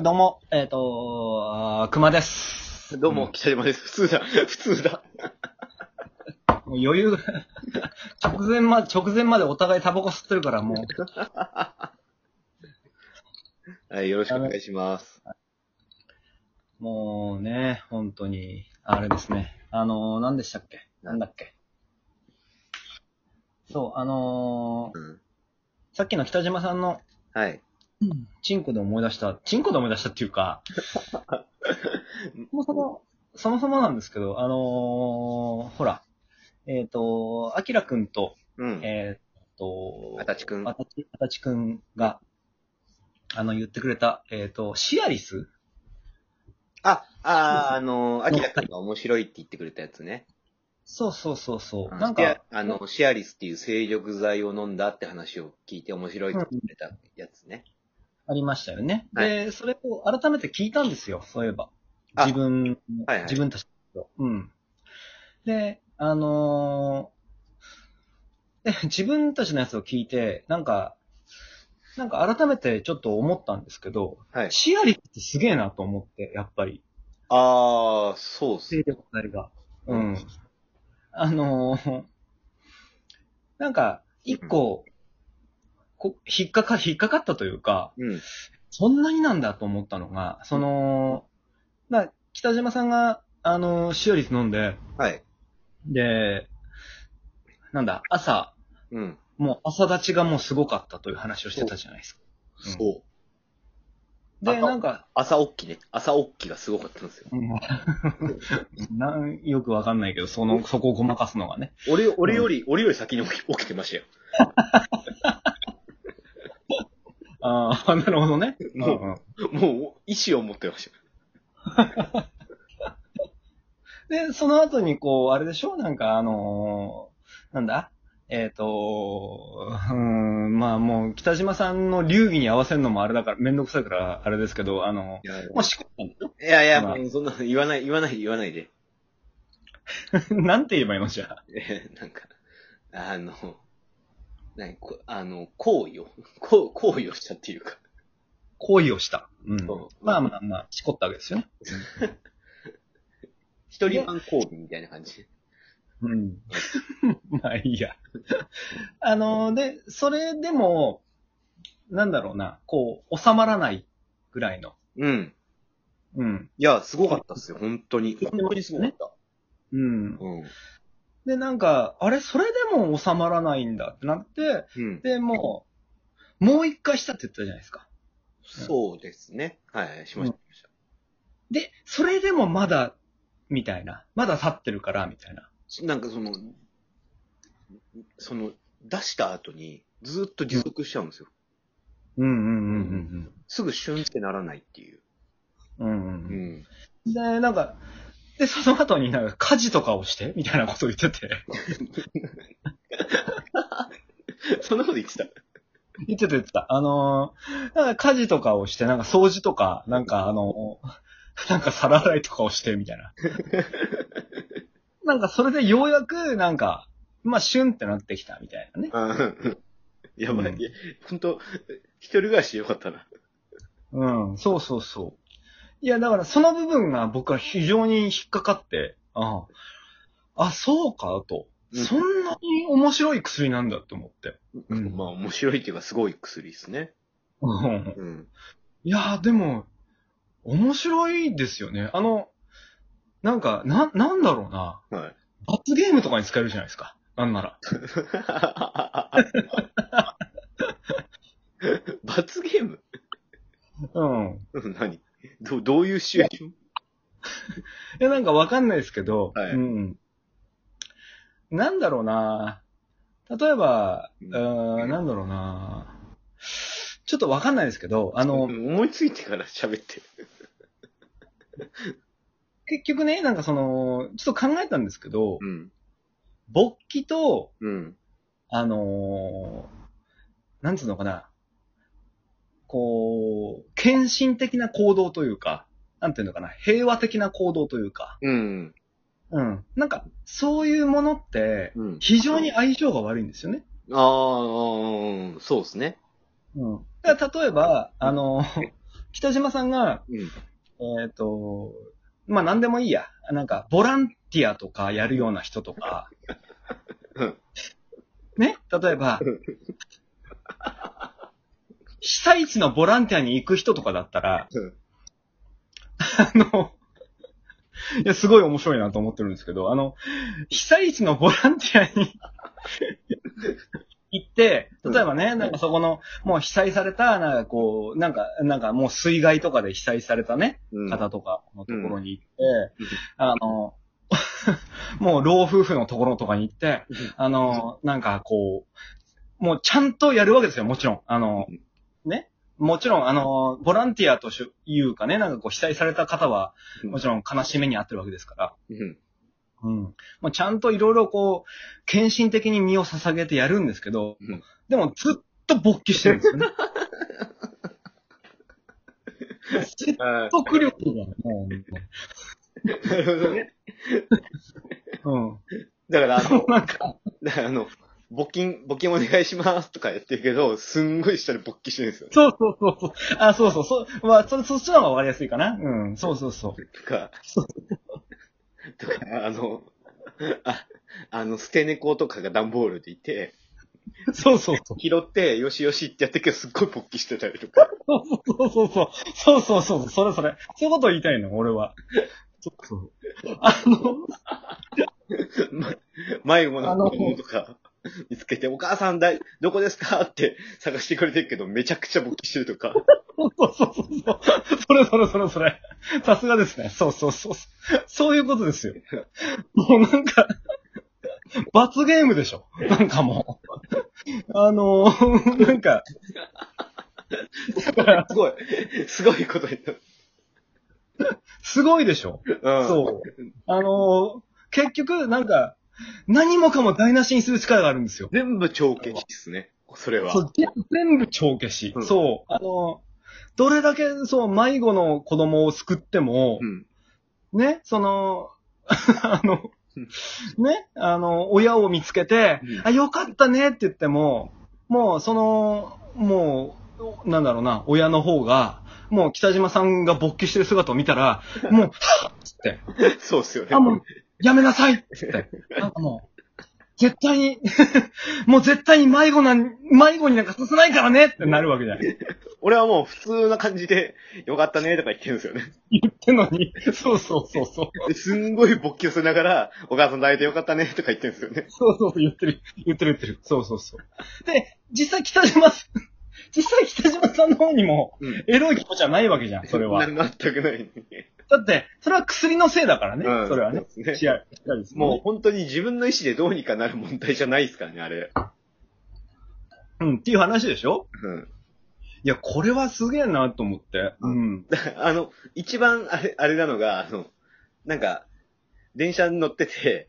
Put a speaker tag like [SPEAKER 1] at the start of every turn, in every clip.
[SPEAKER 1] どうも、えっ、と、あー熊です。
[SPEAKER 2] どうも、北島です。普通だ。 普通だ。
[SPEAKER 1] もう余裕が 直前ま、直前までお互いタバコ吸ってるからもう、
[SPEAKER 2] はい、よろしくお願いします。
[SPEAKER 1] もうね、本当に、あれですね。あのー、何でしたっけなんだっけそう、あの
[SPEAKER 2] うん。
[SPEAKER 1] ー、さっきの北島さんの、
[SPEAKER 2] はい。
[SPEAKER 1] チンコで思い出した、チンコで思い出したっていう か、そもそも、そもそもなんですけど、あのー、ほら、えっ、と、アキラくんと、
[SPEAKER 2] うん。
[SPEAKER 1] えっ、と、
[SPEAKER 2] あたちくん。
[SPEAKER 1] あたち、あたちくんが、あの、言ってくれた、えっ、と、シアリス
[SPEAKER 2] あ、あー、あのー、あきらくんが面白いって言ってくれたやつね。
[SPEAKER 1] そうそうそうそう。
[SPEAKER 2] うん
[SPEAKER 1] なん
[SPEAKER 2] シア
[SPEAKER 1] か、
[SPEAKER 2] あの、シアリスっていう精力剤を飲んだって話を聞いて面白いって言ってくれたやつね。
[SPEAKER 1] ありましたよね。
[SPEAKER 2] はい
[SPEAKER 1] で、それを改めて聞いたんですよ、そういえば。
[SPEAKER 2] あ
[SPEAKER 1] 自分、
[SPEAKER 2] はいはい
[SPEAKER 1] 自分たちの。うん。で、あのーで、自分たちのやつを聞いて、なんか、なんか改めてちょっと思ったんですけど、
[SPEAKER 2] はい。
[SPEAKER 1] シアリスってすげえなと思って、やっぱり。
[SPEAKER 2] あー、そうっす
[SPEAKER 1] 勢
[SPEAKER 2] ね。
[SPEAKER 1] 力剤が。うん。あのーなんか、一個、こ引っかか、引っかかったというか、
[SPEAKER 2] うん。
[SPEAKER 1] そんなになんだと思ったのが、その、まあ、北島さんが、あのー、シオリス飲んで、
[SPEAKER 2] はい。
[SPEAKER 1] で、なんだ、朝、
[SPEAKER 2] うん。
[SPEAKER 1] もう朝立ちがもうすごかったという話をしてたじゃないですか。うん
[SPEAKER 2] そう。
[SPEAKER 1] で、
[SPEAKER 2] 朝
[SPEAKER 1] なんか、
[SPEAKER 2] 朝起きね。朝起きがすごかったんですよ。
[SPEAKER 1] うんなんよくわかんないけど、その、そこをごまかすのがね。
[SPEAKER 2] 俺、俺より、俺より先に起き起きてましたよ。
[SPEAKER 1] あ あ、なるほどね。
[SPEAKER 2] もうもう、意志を持ってました。
[SPEAKER 1] で、その後にこう、あれでしょなんかあのーなんだえっ、とうーん、まあもう、北島さんの流儀に合わせるのもあれだから、めんどくさいから、あれですけど、あの
[SPEAKER 2] いや
[SPEAKER 1] もうしこったんだよ。
[SPEAKER 2] いやいや、
[SPEAKER 1] まあ
[SPEAKER 2] もうそんなの言わない、言わない、言わないで。
[SPEAKER 1] なんて言えばいいのじゃあ。
[SPEAKER 2] え なんか、あの、何、こあの、行為を、 行行為をしたっていうか。
[SPEAKER 1] 行為をした。うん。
[SPEAKER 2] そう
[SPEAKER 1] まあまあまあ、しこったわけですよね。
[SPEAKER 2] 一人半行為みたいな感じ。
[SPEAKER 1] うん。 まあいいや。あのーで、それでも、なんだろうな、こう、収まらないぐらいの。
[SPEAKER 2] うん。
[SPEAKER 1] うん。
[SPEAKER 2] いや、すごかったっすよ、本当に。本当にすごかった。
[SPEAKER 1] うん。
[SPEAKER 2] うん。
[SPEAKER 1] で、なんか、あれ、それでも収まらないんだってなって、
[SPEAKER 2] うん。
[SPEAKER 1] で、もう、もう一回したって言ったじゃないですか。
[SPEAKER 2] そうですね。はい、しました。しまし
[SPEAKER 1] で、それでもまだ、みたいな。まだ立ってるから、みたいな。
[SPEAKER 2] たなんかその、その、出した後に、ずっと持続しちゃうんですよ。
[SPEAKER 1] うんうんうん
[SPEAKER 2] すぐシュンってならないっていう。
[SPEAKER 1] うんうん。うん
[SPEAKER 2] う
[SPEAKER 1] うん
[SPEAKER 2] ん。
[SPEAKER 1] うん。で、なんか、で、その後になんか家事とかをして、みたいなことを言ってて、
[SPEAKER 2] そんなこと言ってた。
[SPEAKER 1] 言ってた言ってた。あのーなんか家事とかをして、なんか掃除とか、なんかあのー なんか皿洗いとかをして、みたい な。なんかそれでようやく、なんか、まあ、シュンってなってきた、みたいなね。
[SPEAKER 2] うん やばい。
[SPEAKER 1] うん
[SPEAKER 2] いや本当一人暮らしでよかったな。
[SPEAKER 1] うん、そうそうそう。いや、だからその部分が僕は非常に引っかかって、ああ、あそうか、と。
[SPEAKER 2] うん
[SPEAKER 1] そんなに面白い薬なんだって思って。うん
[SPEAKER 2] まあ、面白いっていうか、すごい薬ですね。
[SPEAKER 1] うん
[SPEAKER 2] うん。
[SPEAKER 1] いやー、でも、面白いですよね。あの、なんか、な、なんだろうな。
[SPEAKER 2] はい。
[SPEAKER 1] 罰ゲームとかに使えるじゃないですか。なんなら。
[SPEAKER 2] 罰ゲーム
[SPEAKER 1] うん。
[SPEAKER 2] うん何どどういうシチュエーション
[SPEAKER 1] いや、なんかわかんないですけど、
[SPEAKER 2] はい
[SPEAKER 1] うん。なんだろうな例えば、う
[SPEAKER 2] うん
[SPEAKER 1] ーん、なんだろうなちょっとわかんないですけど、あの、
[SPEAKER 2] 思いついてから喋って。
[SPEAKER 1] 結局ね、なんかその、ちょっと考えたんですけど、
[SPEAKER 2] うん。
[SPEAKER 1] 勃起と、
[SPEAKER 2] うん。
[SPEAKER 1] あのーなんつうのかな、こう、献身的な行動というか、なんていうのかな、平和的な行動というか、
[SPEAKER 2] うん。
[SPEAKER 1] うん。なんか、そういうものって、
[SPEAKER 2] うん。
[SPEAKER 1] 非常に相性が悪いんですよね。
[SPEAKER 2] ああ、そうですね。
[SPEAKER 1] うん。だから例えば、あの、 北島さんが、
[SPEAKER 2] うん。
[SPEAKER 1] えっ、と、まあ、なんでもいいや。なんか、ボランティアとかやるような人とか
[SPEAKER 2] うん、
[SPEAKER 1] ね例えば、被災地のボランティアに行く人とかだったら、
[SPEAKER 2] うん
[SPEAKER 1] あの、いや、すごい面白いなと思ってるんですけど、あの、被災地のボランティアに 行って、例えばね、なんかそこの、もう被災された、なんかこう、なんか、なんかもう水害とかで被災されたね、
[SPEAKER 2] うん。
[SPEAKER 1] 方とかのところに行って、
[SPEAKER 2] うん
[SPEAKER 1] あの、 もう老夫婦のところとかに行って
[SPEAKER 2] うん、
[SPEAKER 1] あの、なんかこう、もうちゃんとやるわけですよ、もちろん。あの
[SPEAKER 2] うん、
[SPEAKER 1] ね。もちろん、あの、ボランティアとしいうかね、なんかこう、被災された方は、
[SPEAKER 2] うん
[SPEAKER 1] もちろん悲しみに遭ってるわけですから。
[SPEAKER 2] うん。
[SPEAKER 1] うん。まあ、ちゃんといろいろこう、献身的に身を捧げてやるんですけど、
[SPEAKER 2] うん
[SPEAKER 1] でもずっと勃起してるん ですよね。説
[SPEAKER 2] あ
[SPEAKER 1] 得力がも
[SPEAKER 2] あ、なるほどね。
[SPEAKER 1] う、うん。
[SPEAKER 2] だから、あ の、
[SPEAKER 1] なんか、
[SPEAKER 2] だからあの、募金、募金お願いしますとかやってるけど、すんごい下で勃起してるんですよね。
[SPEAKER 1] そうそうそうそう。あ、そうそう、そう、まあ、それ、そっちの方がわかりやすいかな。うん、そうそうそう。
[SPEAKER 2] とか、 とか、あの、あ、あの、捨て猫とかが段ボールでいて、
[SPEAKER 1] そうそうそう。
[SPEAKER 2] 拾って、よしよしってやってるけど、すっごい勃起してたりとか。
[SPEAKER 1] そうそうそう。そうそうそう。それそれ。そういうことを言いたいの、俺は。そうそう。あの、
[SPEAKER 2] ま迷子の子供とか見つけて、お母さんだい、どこですかって探してくれてるけど、めちゃくちゃ勃起してるとか。
[SPEAKER 1] そうそうそうそう。それそれそれそれ。さすがですね。そうそうそう。そういうことですよ。もうなんか、罰ゲームでしょ。なんかもう。あのなんか、だから、
[SPEAKER 2] すごい、すごいことになる。
[SPEAKER 1] すごいでしょ。
[SPEAKER 2] うん。
[SPEAKER 1] そう。あのー結局、なんか、何もかも台無しにする力があるんですよ。
[SPEAKER 2] 全部帳消しですね。それは。
[SPEAKER 1] そう、ぜ全部帳消し。
[SPEAKER 2] うん
[SPEAKER 1] そう。あのーどれだけ、そう、迷子の子供を救っても
[SPEAKER 2] う、ん。
[SPEAKER 1] ね、その、 あの、ね、あの、親を見つけて、
[SPEAKER 2] うん
[SPEAKER 1] あ、よかったねって言っても、もう、その、もう、なんだろうな、親の方が、もう北島さんが勃起してる姿を見た ら、もう、はっつって、
[SPEAKER 2] そうっすよね。
[SPEAKER 1] あ、もう、やめなさいっつって。なんかもう、絶対に、 もう絶対に迷子なん、迷子になんかさせないからねってなるわけじゃない。
[SPEAKER 2] 俺はもう普通な感じで、よかったねとか言ってるんですよね。
[SPEAKER 1] 言ってんのに。そうそうそうそう。
[SPEAKER 2] ですんごい勃起をしながら、お母さん抱いてよかったねとか言ってるんですよね。
[SPEAKER 1] そうそうそう、言ってる、言ってる言ってる。そうそうそう。で、実際北島さん、 実際北島さんの方にも、
[SPEAKER 2] うん。
[SPEAKER 1] エロい気持ちはないわけじゃん、それは。
[SPEAKER 2] な、全くない、ね。
[SPEAKER 1] だって、それは薬のせいだからね、
[SPEAKER 2] うん
[SPEAKER 1] それはね。
[SPEAKER 2] そうです
[SPEAKER 1] 違う、違うですね
[SPEAKER 2] もう本当に自分の意思でどうにかなる問題じゃないですからね、あれ。
[SPEAKER 1] う。うん、っていう話でしょ
[SPEAKER 2] うん。
[SPEAKER 1] いや、これはすげえなと思って。
[SPEAKER 2] う
[SPEAKER 1] うん。
[SPEAKER 2] あの、一番あれ、あれなのが、あの、なんか、電車に乗ってて、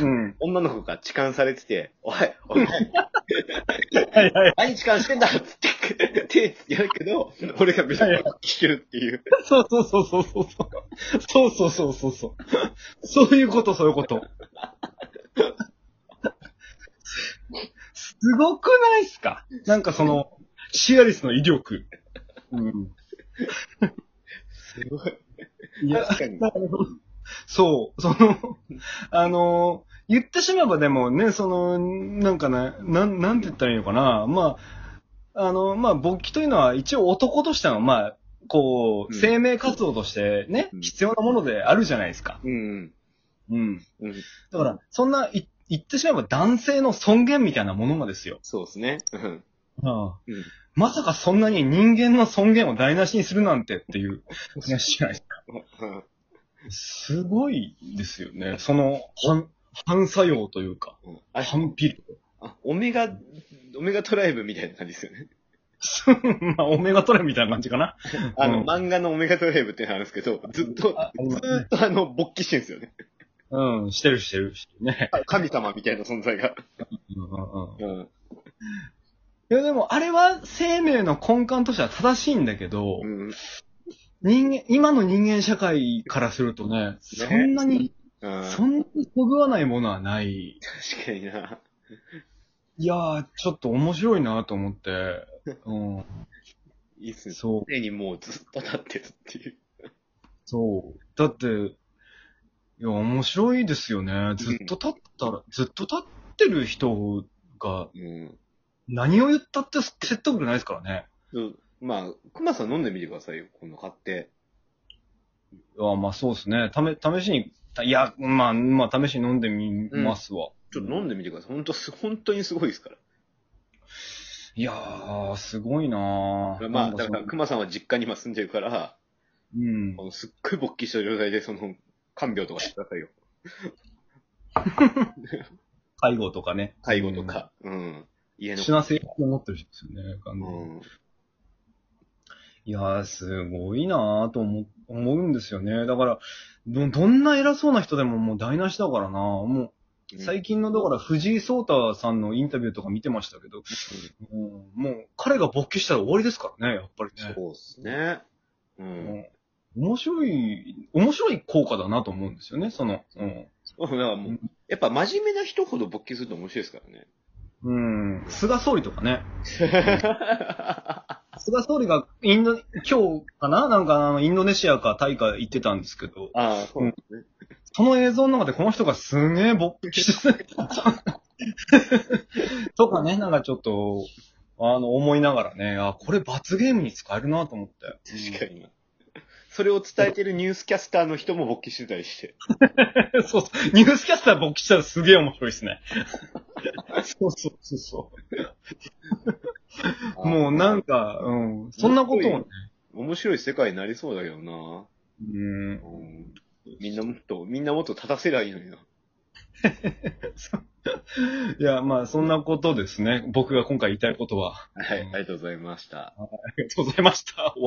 [SPEAKER 1] うん。
[SPEAKER 2] 女の子が痴漢されてて、おい、おい、
[SPEAKER 1] はいはい。
[SPEAKER 2] 何痴漢してんだっつって、 手つけるけど、俺がめちゃくちゃ聞けるっていう。
[SPEAKER 1] そうそうそうそうそう。そうそうそうそうそう。そういうこと、そういうこと。すごくないっすかなんかその、シアリスの威力。うん。
[SPEAKER 2] すごい。
[SPEAKER 1] いや、
[SPEAKER 2] 確かに。
[SPEAKER 1] そう、その、あの、言ってしまえばでもね、その、なんかね、なん、なんて言ったらいいのかな。まあ、あの、まあ、勃起というのは一応男としての、まあ、こう、
[SPEAKER 2] うん
[SPEAKER 1] 生命活動としてね、
[SPEAKER 2] うん
[SPEAKER 1] 必要なものであるじゃないですか。
[SPEAKER 2] うん。
[SPEAKER 1] うん。
[SPEAKER 2] うん。
[SPEAKER 1] だから、そんな、い言ってしまえば男性の尊厳みたいなものがですよ。
[SPEAKER 2] そうですね。うん。うん
[SPEAKER 1] まさかそんなに人間の尊厳を台無しにするなんてっていう話じゃないですか。
[SPEAKER 2] うん
[SPEAKER 1] すごいですよね。その、反、反作用というか、
[SPEAKER 2] うんあ
[SPEAKER 1] 反ピル。
[SPEAKER 2] あ、オメガ、オメガトライブみたいな感じですよね。
[SPEAKER 1] まあ、オメガトレみたいな感じかな。
[SPEAKER 2] あの、
[SPEAKER 1] うん
[SPEAKER 2] 漫画のオメガトライブっていうのあるんですけど、ずっと、
[SPEAKER 1] ああり
[SPEAKER 2] ず
[SPEAKER 1] ますね
[SPEAKER 2] ーっとあの、勃起してるんですよね。
[SPEAKER 1] うん、してるしてるしてるね。
[SPEAKER 2] あ神様みたいな存在が。
[SPEAKER 1] うんうんうん
[SPEAKER 2] うん。
[SPEAKER 1] いや、でも、あれは生命の根幹としては正しいんだけど、
[SPEAKER 2] うん。
[SPEAKER 1] 人間、今の人間社会からするとね、そんなに、
[SPEAKER 2] うん
[SPEAKER 1] そんなにそぐわないものはない。
[SPEAKER 2] 確かにな。
[SPEAKER 1] いやー、ちょっと面白いなと思って。うん。
[SPEAKER 2] いいっすね。
[SPEAKER 1] そう。
[SPEAKER 2] 常にもうずっと立ってるっていう。
[SPEAKER 1] そう。だって、いや、面白いですよね。ずっと立ったら、ずっと立ってる人が
[SPEAKER 2] うん。
[SPEAKER 1] 何を言ったって説得力ないですからね。
[SPEAKER 2] そうまあ、熊さん飲んでみてくださいよ、今度買って。
[SPEAKER 1] いや、まあそうですね。ため、試しに、たいや、まあ、まあ試しに飲んでみ
[SPEAKER 2] うん
[SPEAKER 1] ますわ。
[SPEAKER 2] ちょっと飲んでみてください。本当す、本当にすごいですか
[SPEAKER 1] いやー、すごいな
[SPEAKER 2] ら。
[SPEAKER 1] ー
[SPEAKER 2] まあ、
[SPEAKER 1] なんか
[SPEAKER 2] だから
[SPEAKER 1] その
[SPEAKER 2] 熊さんは実家に今住んでるから、
[SPEAKER 1] うん
[SPEAKER 2] あ。のすっごい勃起した状態で、その、看病とかしてくださいよ。
[SPEAKER 1] 介護とかね。
[SPEAKER 2] 介護とか。うん。家の。
[SPEAKER 1] 死なせようと思ってる人ですよね。完
[SPEAKER 2] う
[SPEAKER 1] 全に
[SPEAKER 2] ん。
[SPEAKER 1] いやー、すごいなーと思思うんですよね。だからど、どんな偉そうな人でももう台無しだからなもう、最近の、だから藤井聡太さんのインタビューとか見てましたけど、もう、もう彼が勃起したら終わりですからね、やっぱりね。
[SPEAKER 2] そうですね。う。
[SPEAKER 1] うんん面白い、面白い効果だなと思うんですよね、その。うん
[SPEAKER 2] だからもう、やっぱ真面目な人ほど勃起すると面白いですからね。
[SPEAKER 1] うん、菅総理とかね。 菅総理がインド、今日かななんかあの、インドネシアかタイか行ってたんですけど、
[SPEAKER 2] ああ、そうなんですね。
[SPEAKER 1] その映像の中でこの人がすげえ勃起してるとかね、なんかちょっと、あの、思いながらね、あ、これ罰ゲームに使えるなと思って。
[SPEAKER 2] 確かに。それを伝えてるニュースキャスターの人も勃起してたりして。
[SPEAKER 1] に。 そうそう。ニュースキャスター勃起したらすげえ面白いですね。そうそうそうそ
[SPEAKER 2] あ
[SPEAKER 1] う。
[SPEAKER 2] あ
[SPEAKER 1] もうなんか、うん、そんなことをね、
[SPEAKER 2] 面白い世界になりそうだけどな。
[SPEAKER 1] うん、
[SPEAKER 2] うんみんなもっと、みんなもっと立たせりゃいいのにな。
[SPEAKER 1] いや、まあ、そんなことですね。僕が今回言いたいことは。
[SPEAKER 2] はい、ありがとうございました。
[SPEAKER 1] ありがとうございました。終わった